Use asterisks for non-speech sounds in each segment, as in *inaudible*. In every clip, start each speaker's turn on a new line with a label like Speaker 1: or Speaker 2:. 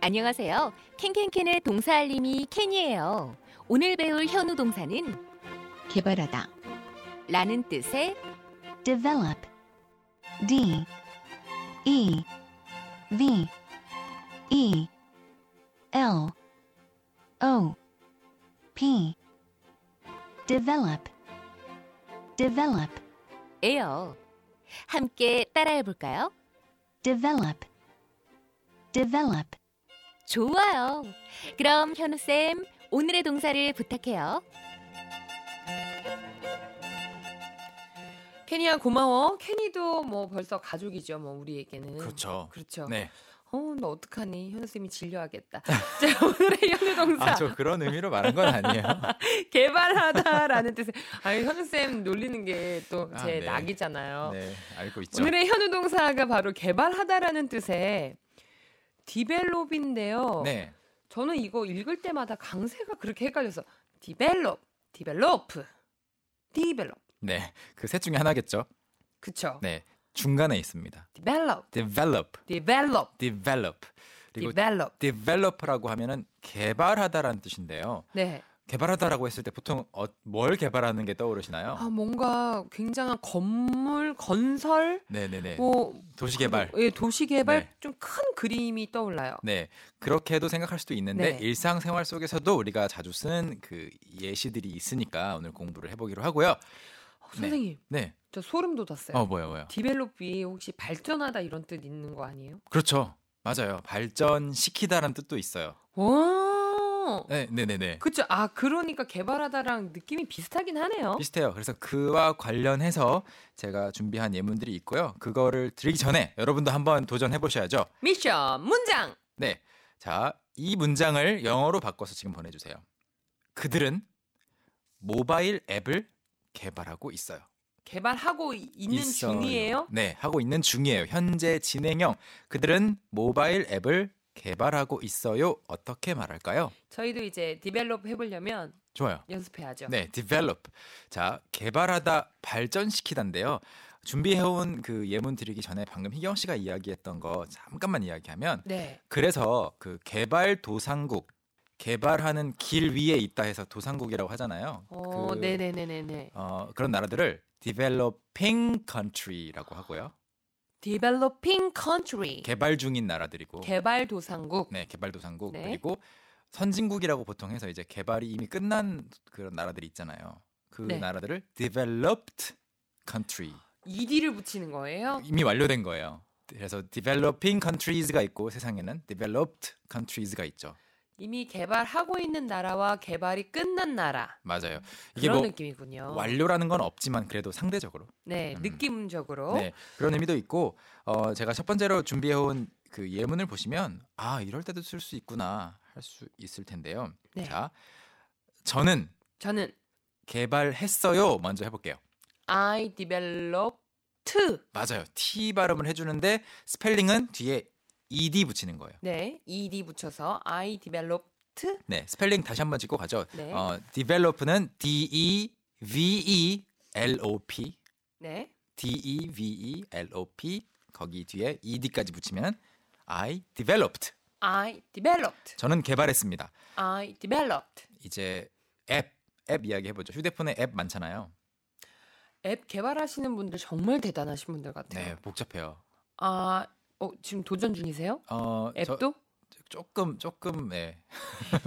Speaker 1: 안녕하세요. 캔캔캔의 동사 알림이 캔이에요. 오늘 배울 현우 동사는
Speaker 2: 개발하다.
Speaker 1: 라는 뜻의
Speaker 2: develop d e v e l o p develop develop
Speaker 1: 에요. 함께 따라해 볼까요?
Speaker 2: develop develop
Speaker 1: 좋아요. 그럼 현우쌤, 오늘의 동사를 부탁해요.
Speaker 3: 케니야 고마워. 케니도 뭐 벌써 가족이죠. 뭐 우리에게는.
Speaker 4: 그렇죠.
Speaker 3: 그렇죠.
Speaker 4: 네.
Speaker 3: 어, 나 어떡하니? 현우 쌤이 질려하겠다. *laughs* 자, 오늘의 현우 동사
Speaker 4: 아, 저 그런 의미로 말한 건
Speaker 3: *laughs*
Speaker 4: 아니에요.
Speaker 3: 개발하다라는 뜻의 아, 현우 쌤 놀리는 게 또 제
Speaker 4: 아, 네.
Speaker 3: 낙이잖아요.
Speaker 4: 네, 알고
Speaker 3: 어.
Speaker 4: 있죠.
Speaker 3: 오늘의 현우 동사가 바로 개발하다라는 뜻의 디벨롭인데요.
Speaker 4: 네.
Speaker 3: 저는 이거 읽을 때마다 강세가 그렇게 헷갈려서 디벨롭, 디벨로프, 디벨롭.
Speaker 4: 네. 그 셋 중에 하나겠죠.
Speaker 3: 그쵸?
Speaker 4: 네. 중간에 있습니다.
Speaker 3: 디벨롭,
Speaker 4: develop,
Speaker 3: 디벨롭,
Speaker 4: develop. 그리고
Speaker 3: 디벨롭.
Speaker 4: develop라고 하면은 개발하다라는 뜻인데요.
Speaker 3: 네.
Speaker 4: 개발하다라고 했을 때 보통 어, 뭘 개발하는 게 떠오르시나요?
Speaker 3: 아 뭔가 굉장한 건물 건설
Speaker 4: 네, 네, 네.
Speaker 3: 뭐
Speaker 4: 도시 개발.
Speaker 3: 예 도시 개발
Speaker 4: 네.
Speaker 3: 좀 큰 그림이 떠올라요.
Speaker 4: 네. 그렇게도 생각할 수도 있는데
Speaker 3: 네.
Speaker 4: 일상생활 속에서도 우리가 자주 쓰는 그 예시들이 있으니까 오늘 공부를 해 보기로 하고요.
Speaker 3: 어, 선생님
Speaker 4: 네.
Speaker 3: 저 소름 돋았어요.
Speaker 4: 어, 뭐요, 뭐요?
Speaker 3: 디벨롭이 혹시 발전하다 이런 뜻 있는 거 아니에요?
Speaker 4: 그렇죠. 맞아요. 발전시키다라는 뜻도 있어요.
Speaker 3: 와
Speaker 4: 네, 네, 네, 네.
Speaker 3: 그쵸 아 그러니까 개발하다랑 느낌이 비슷하긴 하네요.
Speaker 4: 비슷해요. 그래서 그와 관련해서 제가 준비한 예문들이 있고요. 그거를 드리기 전에 여러분도 한번 도전해 보셔야죠.
Speaker 3: 미션 문장
Speaker 4: 네. 자, 이 문장을 영어로 바꿔서 지금 보내 주세요. 그들은 모바일 앱을 개발하고 있어요.
Speaker 3: 개발하고 이- 있는
Speaker 4: 있어요.
Speaker 3: 중이에요.
Speaker 4: 네, 하고 있는 중이에요. 현재 진행형. 그들은 모바일 앱을 개발하고 있어요. 어떻게 말할까요?
Speaker 3: 저희도 이제 디벨롭 해보려면
Speaker 4: 좋아요.
Speaker 3: 연습해야죠.
Speaker 4: 네, develop. 자, 개발하다, 발전시키다인데요. 준비해온 그 예문 드리기 전에 방금 희경 씨가 이야기했던 거 잠깐만 이야기하면
Speaker 3: 네.
Speaker 4: 그래서 그 개발 도상국 개발하는 길 위에 있다 해서 도상국이라고 하잖아요.
Speaker 3: 어,
Speaker 4: 그,
Speaker 3: 네네네네네.
Speaker 4: 어, 그런 나라들을 developing country라고 하고요.
Speaker 3: Developing country.
Speaker 4: 개발 중인 나라들이고.
Speaker 3: 개발도상국.
Speaker 4: 네, 개발도상국
Speaker 3: 네.
Speaker 4: 그리고 선진국이라고 보통 해서 이제 개발이 이미 끝난 그런 나라들이 있잖아요. 그
Speaker 3: 네.
Speaker 4: 나라들을 developed country
Speaker 3: ED를 붙이는 거예요?
Speaker 4: 이미 완료된 거예요. 그래서 developing countries가 있고 세상에는 developed countries가 있죠.
Speaker 3: 이미 개발하고 있는 나라와 개발이 끝난 나라.
Speaker 4: 맞아요. 이게
Speaker 3: 그런
Speaker 4: 뭐
Speaker 3: 느낌이군요.
Speaker 4: 완료라는 건 없지만 그래도 상대적으로
Speaker 3: 네,
Speaker 4: 음.
Speaker 3: 느낌적으로.
Speaker 4: 네, 그런 의미도 있고 어, 제가 첫 번째로 준비해온 그 예문을 보시면 아 이럴 때도 쓸 수 있구나 할 수 있을 텐데요.
Speaker 3: 네.
Speaker 4: 자, 저는
Speaker 3: 저는
Speaker 4: 개발했어요. 먼저 해볼게요.
Speaker 3: I developed.
Speaker 4: 맞아요. T 발음을 해주는데 스펠링은 뒤에 ed 붙이는 거예요.
Speaker 3: 네, ED 붙여서 I developed.
Speaker 4: 네, 스펠링 다시 한번 짚고 가죠.
Speaker 3: 네.
Speaker 4: 어, develop는 d e v e l o p,
Speaker 3: 네,
Speaker 4: d e v e l o p 거기 뒤에 ed까지 붙이면 I developed.
Speaker 3: I developed.
Speaker 4: 저는 개발했습니다.
Speaker 3: I developed.
Speaker 4: 이제 앱, 앱 이야기 해보죠. 휴대폰에 앱 많잖아요.
Speaker 3: 앱 개발하시는 분들 정말 대단하신 분들 같아요.
Speaker 4: 네, 복잡해요.
Speaker 3: 아, 어, 지금 도전 중이세요?
Speaker 4: 어, 저
Speaker 3: 앱도?
Speaker 4: 조금 조금 네.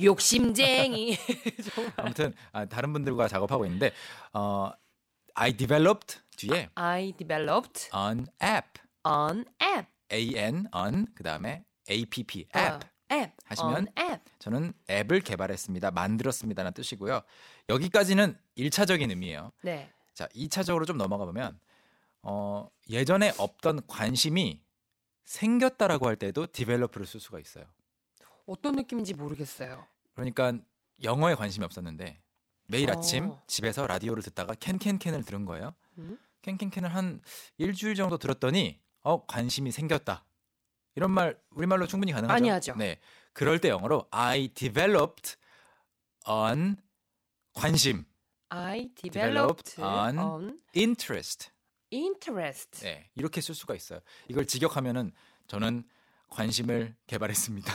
Speaker 3: 욕심쟁이. *laughs* 정말.
Speaker 4: 아무튼 아, 다른 분들과 작업하고 있는데 어, I developed 뒤에
Speaker 3: I developed
Speaker 4: an app,
Speaker 3: an app.
Speaker 4: a n an 그다음에 app
Speaker 3: 어,
Speaker 4: app
Speaker 3: 앱.
Speaker 4: 하시면
Speaker 3: on 앱.
Speaker 4: 저는 앱을 개발했습니다, 만들었습니다라는 뜻이고요. 여기까지는 1차적인 의미예요.
Speaker 3: 네.
Speaker 4: 자, 2차적으로 좀 넘어가 보면 어, 예전에 없던 관심이 생겼다라고 할 때도 develop를 쓸 수가 있어요.
Speaker 3: 어떤 느낌인지 모르겠어요.
Speaker 4: 그러니까 영어에 관심이 없었는데 매일
Speaker 3: 어.
Speaker 4: 아침 집에서 라디오를 듣다가 캔캔캔을 들은 거예요.
Speaker 3: 음?
Speaker 4: 캔캔캔을 한 일주일 정도 들었더니 어 관심이 생겼다. 이런 말 우리말로 충분히 가능하죠.
Speaker 3: 많이 하죠.
Speaker 4: 네. 그럴 때 영어로 I developed an 관심,
Speaker 3: I
Speaker 4: developed
Speaker 3: developed
Speaker 4: an-
Speaker 3: on
Speaker 4: interest.
Speaker 3: interest.
Speaker 4: 네. 이렇게 쓸 수가 있어요. 이걸 직역하면은 저는 관심을 개발했습니다.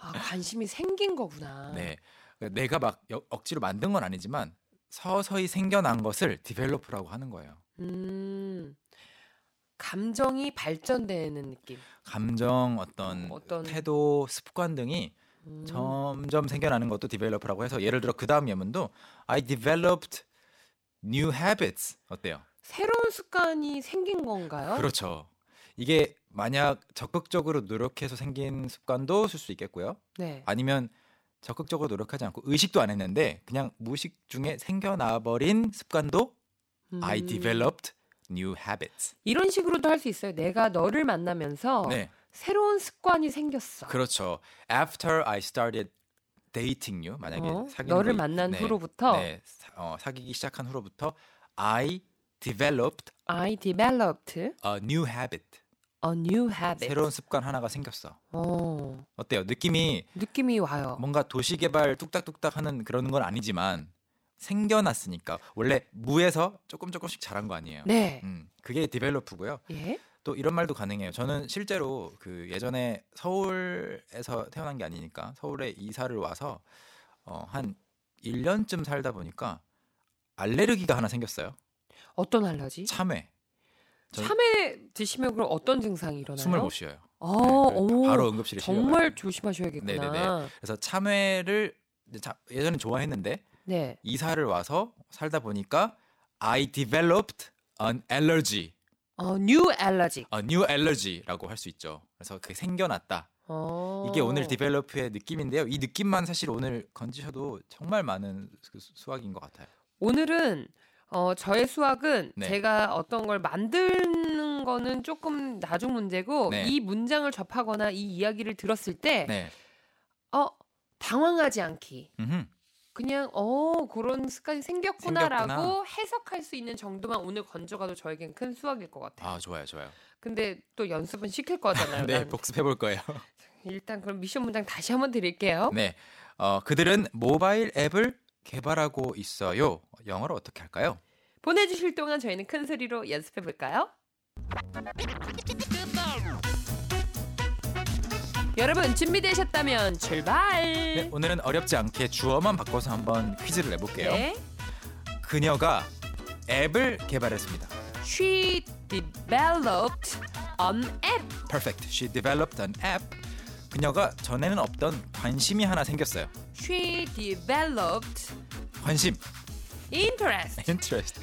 Speaker 3: 아, 관심이 생긴 거구나.
Speaker 4: 네. 그러니까 내가 막 여- 억지로 만든 건 아니지만 서서히 생겨난 것을 디벨로프라고 하는 거예요.
Speaker 3: 음. 감정이 발전되는 느낌.
Speaker 4: 감정, 어떤,
Speaker 3: 어떤-
Speaker 4: 태도, 습관 등이
Speaker 3: 음.
Speaker 4: 점점 생겨나는 것도 디벨로프라고 해서 예를 들어 그 다음 예문도 I developed new habits 어때요?
Speaker 3: 새로운 습관이 생긴 건가요?
Speaker 4: 그렇죠. 이게 만약 적극적으로 노력해서 생긴 습관도 쓸 수 있겠고요.
Speaker 3: 네.
Speaker 4: 아니면 적극적으로 노력하지 않고 의식도 안 했는데 그냥 무식 중에 생겨나 버린 습관도
Speaker 3: 음.
Speaker 4: I developed new habits.
Speaker 3: 이런 식으로도 할 수 있어요. 내가 너를 만나면서
Speaker 4: 네,
Speaker 3: 새로운 습관이 생겼어.
Speaker 4: 그렇죠. After I started dating you, 만약에
Speaker 3: 어?
Speaker 4: 사귀는
Speaker 3: 너를
Speaker 4: 거-
Speaker 3: 만난
Speaker 4: 네,
Speaker 3: 후로부터
Speaker 4: 네, 사- 어, 사귀기 시작한 후로부터 I developed
Speaker 3: I developed a
Speaker 4: a new habit.
Speaker 3: new habit.
Speaker 4: 새로운 습관 하나가 생겼어.
Speaker 3: 어,
Speaker 4: 어때요? 느낌이
Speaker 3: 느낌이 와요.
Speaker 4: 뭔가 도시 개발 뚝딱뚝딱 하는 그런 건 아니지만 생겨났으니까 원래 무에서 조금 조금씩 자란 거 아니에요.
Speaker 3: 네.
Speaker 4: 음, 그게 디벨로프고요.
Speaker 3: 예.
Speaker 4: 또 이런 말도 가능해요. 저는 실제로 그 예전에 서울에서 태어난 게 아니니까 서울에 이사를 와서 어, 한 1년쯤 살다 보니까 알레르기가 하나 생겼어요.
Speaker 3: 어떤 알러지?
Speaker 4: 참외. 저는
Speaker 3: 참외 드시면 그럼 어떤 증상이 일어나요?
Speaker 4: 숨을 못 쉬어요.
Speaker 3: 어,
Speaker 4: 네,
Speaker 3: 어머.
Speaker 4: 바로 응급실에 실려가요.
Speaker 3: 정말 조심하셔야겠구나.
Speaker 4: 네네네. 그래서 참외를 이제 자- 예전엔 좋아했는데
Speaker 3: 네.
Speaker 4: 이사를 와서 살다 보니까 I developed an allergy,
Speaker 3: 어, new allergy.
Speaker 4: a new allergy라고 할 수 있죠. 그래서 그게 생겨났다.
Speaker 3: 어.
Speaker 4: 이게 오늘 디벨로프의 느낌인데요. 이 느낌만 사실 오늘 건지셔도 정말 많은 수- 수학인 것 같아요.
Speaker 3: 오늘은 어, 저의 수학은
Speaker 4: 네.
Speaker 3: 제가 어떤 걸 만드는 거는 조금 나중 문제고
Speaker 4: 네.
Speaker 3: 이 문장을 접하거나 이 이야기를 들었을 때
Speaker 4: 네.
Speaker 3: 어, 당황하지 않기.
Speaker 4: 음흠.
Speaker 3: 그냥 어 그런 습관이 생겼구나라고
Speaker 4: 생겼구나.
Speaker 3: 해석할 수 있는 정도만 오늘 건져가도 저에겐 큰 수학일 것 같아요.
Speaker 4: 아 좋아요, 좋아요.
Speaker 3: 근데 또 연습은 시킬 거잖아요.
Speaker 4: *laughs* 네,
Speaker 3: 나는.
Speaker 4: 복습해 볼 거예요.
Speaker 3: 일단 그럼 미션 문장 다시 한번 드릴게요.
Speaker 4: 네, 어, 그들은 모바일 앱을 개발하고 있어요. 영어로 어떻게 할까요?
Speaker 3: 보내주실 동안 저희는 큰 소리로 연습해 볼까요? 여러분 준비되셨다면 출발.
Speaker 4: 네, 오늘은 어렵지 않게 주어만 바꿔서 한번 퀴즈를 내볼게요.
Speaker 3: 네.
Speaker 4: 그녀가 앱을 개발했습니다.
Speaker 3: She developed an app.
Speaker 4: Perfect. She developed an app. 그녀가 전에는 없던 관심이 하나 생겼어요.
Speaker 3: She developed
Speaker 4: 관심. 네.
Speaker 3: interest.
Speaker 4: Interest.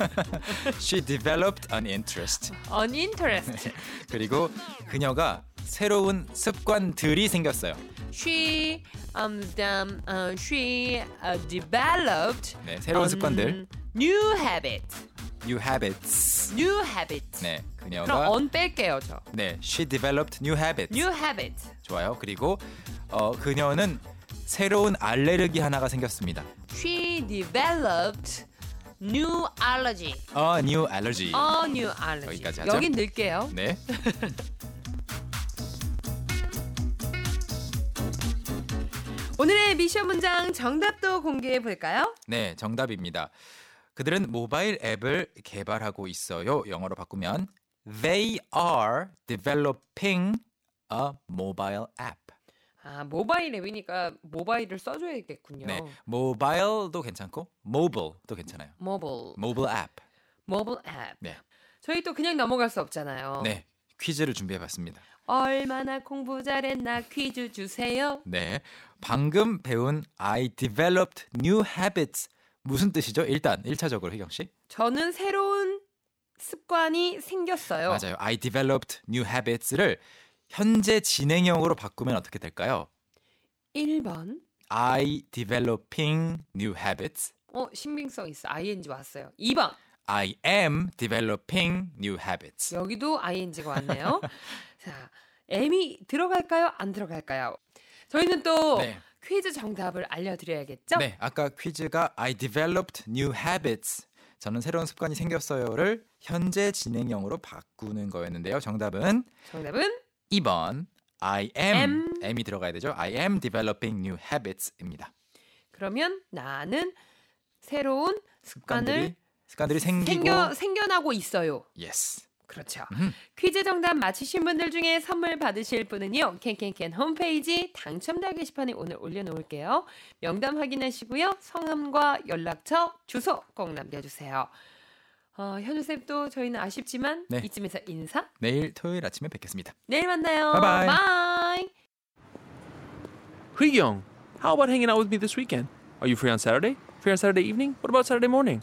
Speaker 4: *laughs* She developed an interest.
Speaker 3: An
Speaker 4: 네.
Speaker 3: interest.
Speaker 4: 그리고 그녀가 새로운 습관들이 생겼어요.
Speaker 3: She um, um, uh, she uh, developed
Speaker 4: 네, 새로운
Speaker 3: an
Speaker 4: 습관들.
Speaker 3: new habit.
Speaker 4: New habits.
Speaker 3: New habit.
Speaker 4: 네,
Speaker 3: 그럼
Speaker 4: 그녀가
Speaker 3: on 뺄게요 저.
Speaker 4: 네, she developed new habits.
Speaker 3: New habit.
Speaker 4: 좋아요. 그리고 어, 그녀는 새로운 알레르기 하나가 생겼습니다.
Speaker 3: She developed new allergy.
Speaker 4: A 아, new allergy.
Speaker 3: A new allergy.
Speaker 4: 여기까지 하죠.
Speaker 3: 여긴 늘게요.
Speaker 4: 네.
Speaker 3: 오늘의 미션 문장 정답도 공개해 볼까요?
Speaker 4: 네, 정답입니다. 그들은 모바일 앱을 개발하고 있어요. 영어로 바꾸면 They are developing a mobile app.
Speaker 3: 아 모바일 앱이니까 모바일을 써줘야겠군요.
Speaker 4: 네, 모바일도 괜찮고 모빌도 괜찮아요.
Speaker 3: 모빌
Speaker 4: 모빌 앱.
Speaker 3: 모빌 앱.
Speaker 4: 네.
Speaker 3: 저희 또 그냥 넘어갈 수 없잖아요.
Speaker 4: 네, 퀴즈를 준비해봤습니다.
Speaker 3: 얼마나 공부 잘했나 퀴즈 주세요.
Speaker 4: 네, 방금 배운 I developed new habits 무슨 뜻이죠? 일단 1차적으로 희경 씨.
Speaker 3: 저는 새로운 습관이 생겼어요.
Speaker 4: 맞아요. I developed new habits를 현재 진행형으로 바꾸면 어떻게 될까요?
Speaker 3: 1번.
Speaker 4: I developing new habits.
Speaker 3: 어, 신빙성 있어. ing 왔어요. 2번.
Speaker 4: I am developing new habits.
Speaker 3: 여기도 ing가
Speaker 4: *laughs*
Speaker 3: 왔네요. 자, m이 들어갈까요? 안 들어갈까요? 저희는 또
Speaker 4: 네.
Speaker 3: 퀴즈 정답을 알려드려야겠죠?
Speaker 4: 네, 아까 퀴즈가 I developed new habits. 저는 새로운 습관이 생겼어요를 현재 진행형으로 바꾸는 거였는데요. 정답은
Speaker 3: 정답은
Speaker 4: 2번 I am.
Speaker 3: am.
Speaker 4: m 이 들어가야 되죠. I am developing new habits입니다.
Speaker 3: 그러면 나는 새로운 습관을
Speaker 4: 습관들이 생기고
Speaker 3: 생겨 생겨나고 있어요.
Speaker 4: yes.
Speaker 3: 그렇죠.
Speaker 4: 음.
Speaker 3: 퀴즈 정답 맞히신 분들 중에 선물 받으실 분은요. 캔캔캔 홈페이지 당첨자 게시판에 오늘 올려놓을게요. 명단 확인하시고요. 성함과 연락처, 주소 꼭 남겨주세요. 어, 현우쌤 또 저희는 아쉽지만
Speaker 4: 네.
Speaker 3: 이쯤에서 인사.
Speaker 4: 내일 토요일 아침에 뵙겠습니다.
Speaker 3: 내일 만나요.
Speaker 4: 바이바이.
Speaker 3: 바이.
Speaker 5: Young, how about hanging out with me this weekend? Are you free on Saturday? Free on Saturday evening? What about Saturday morning?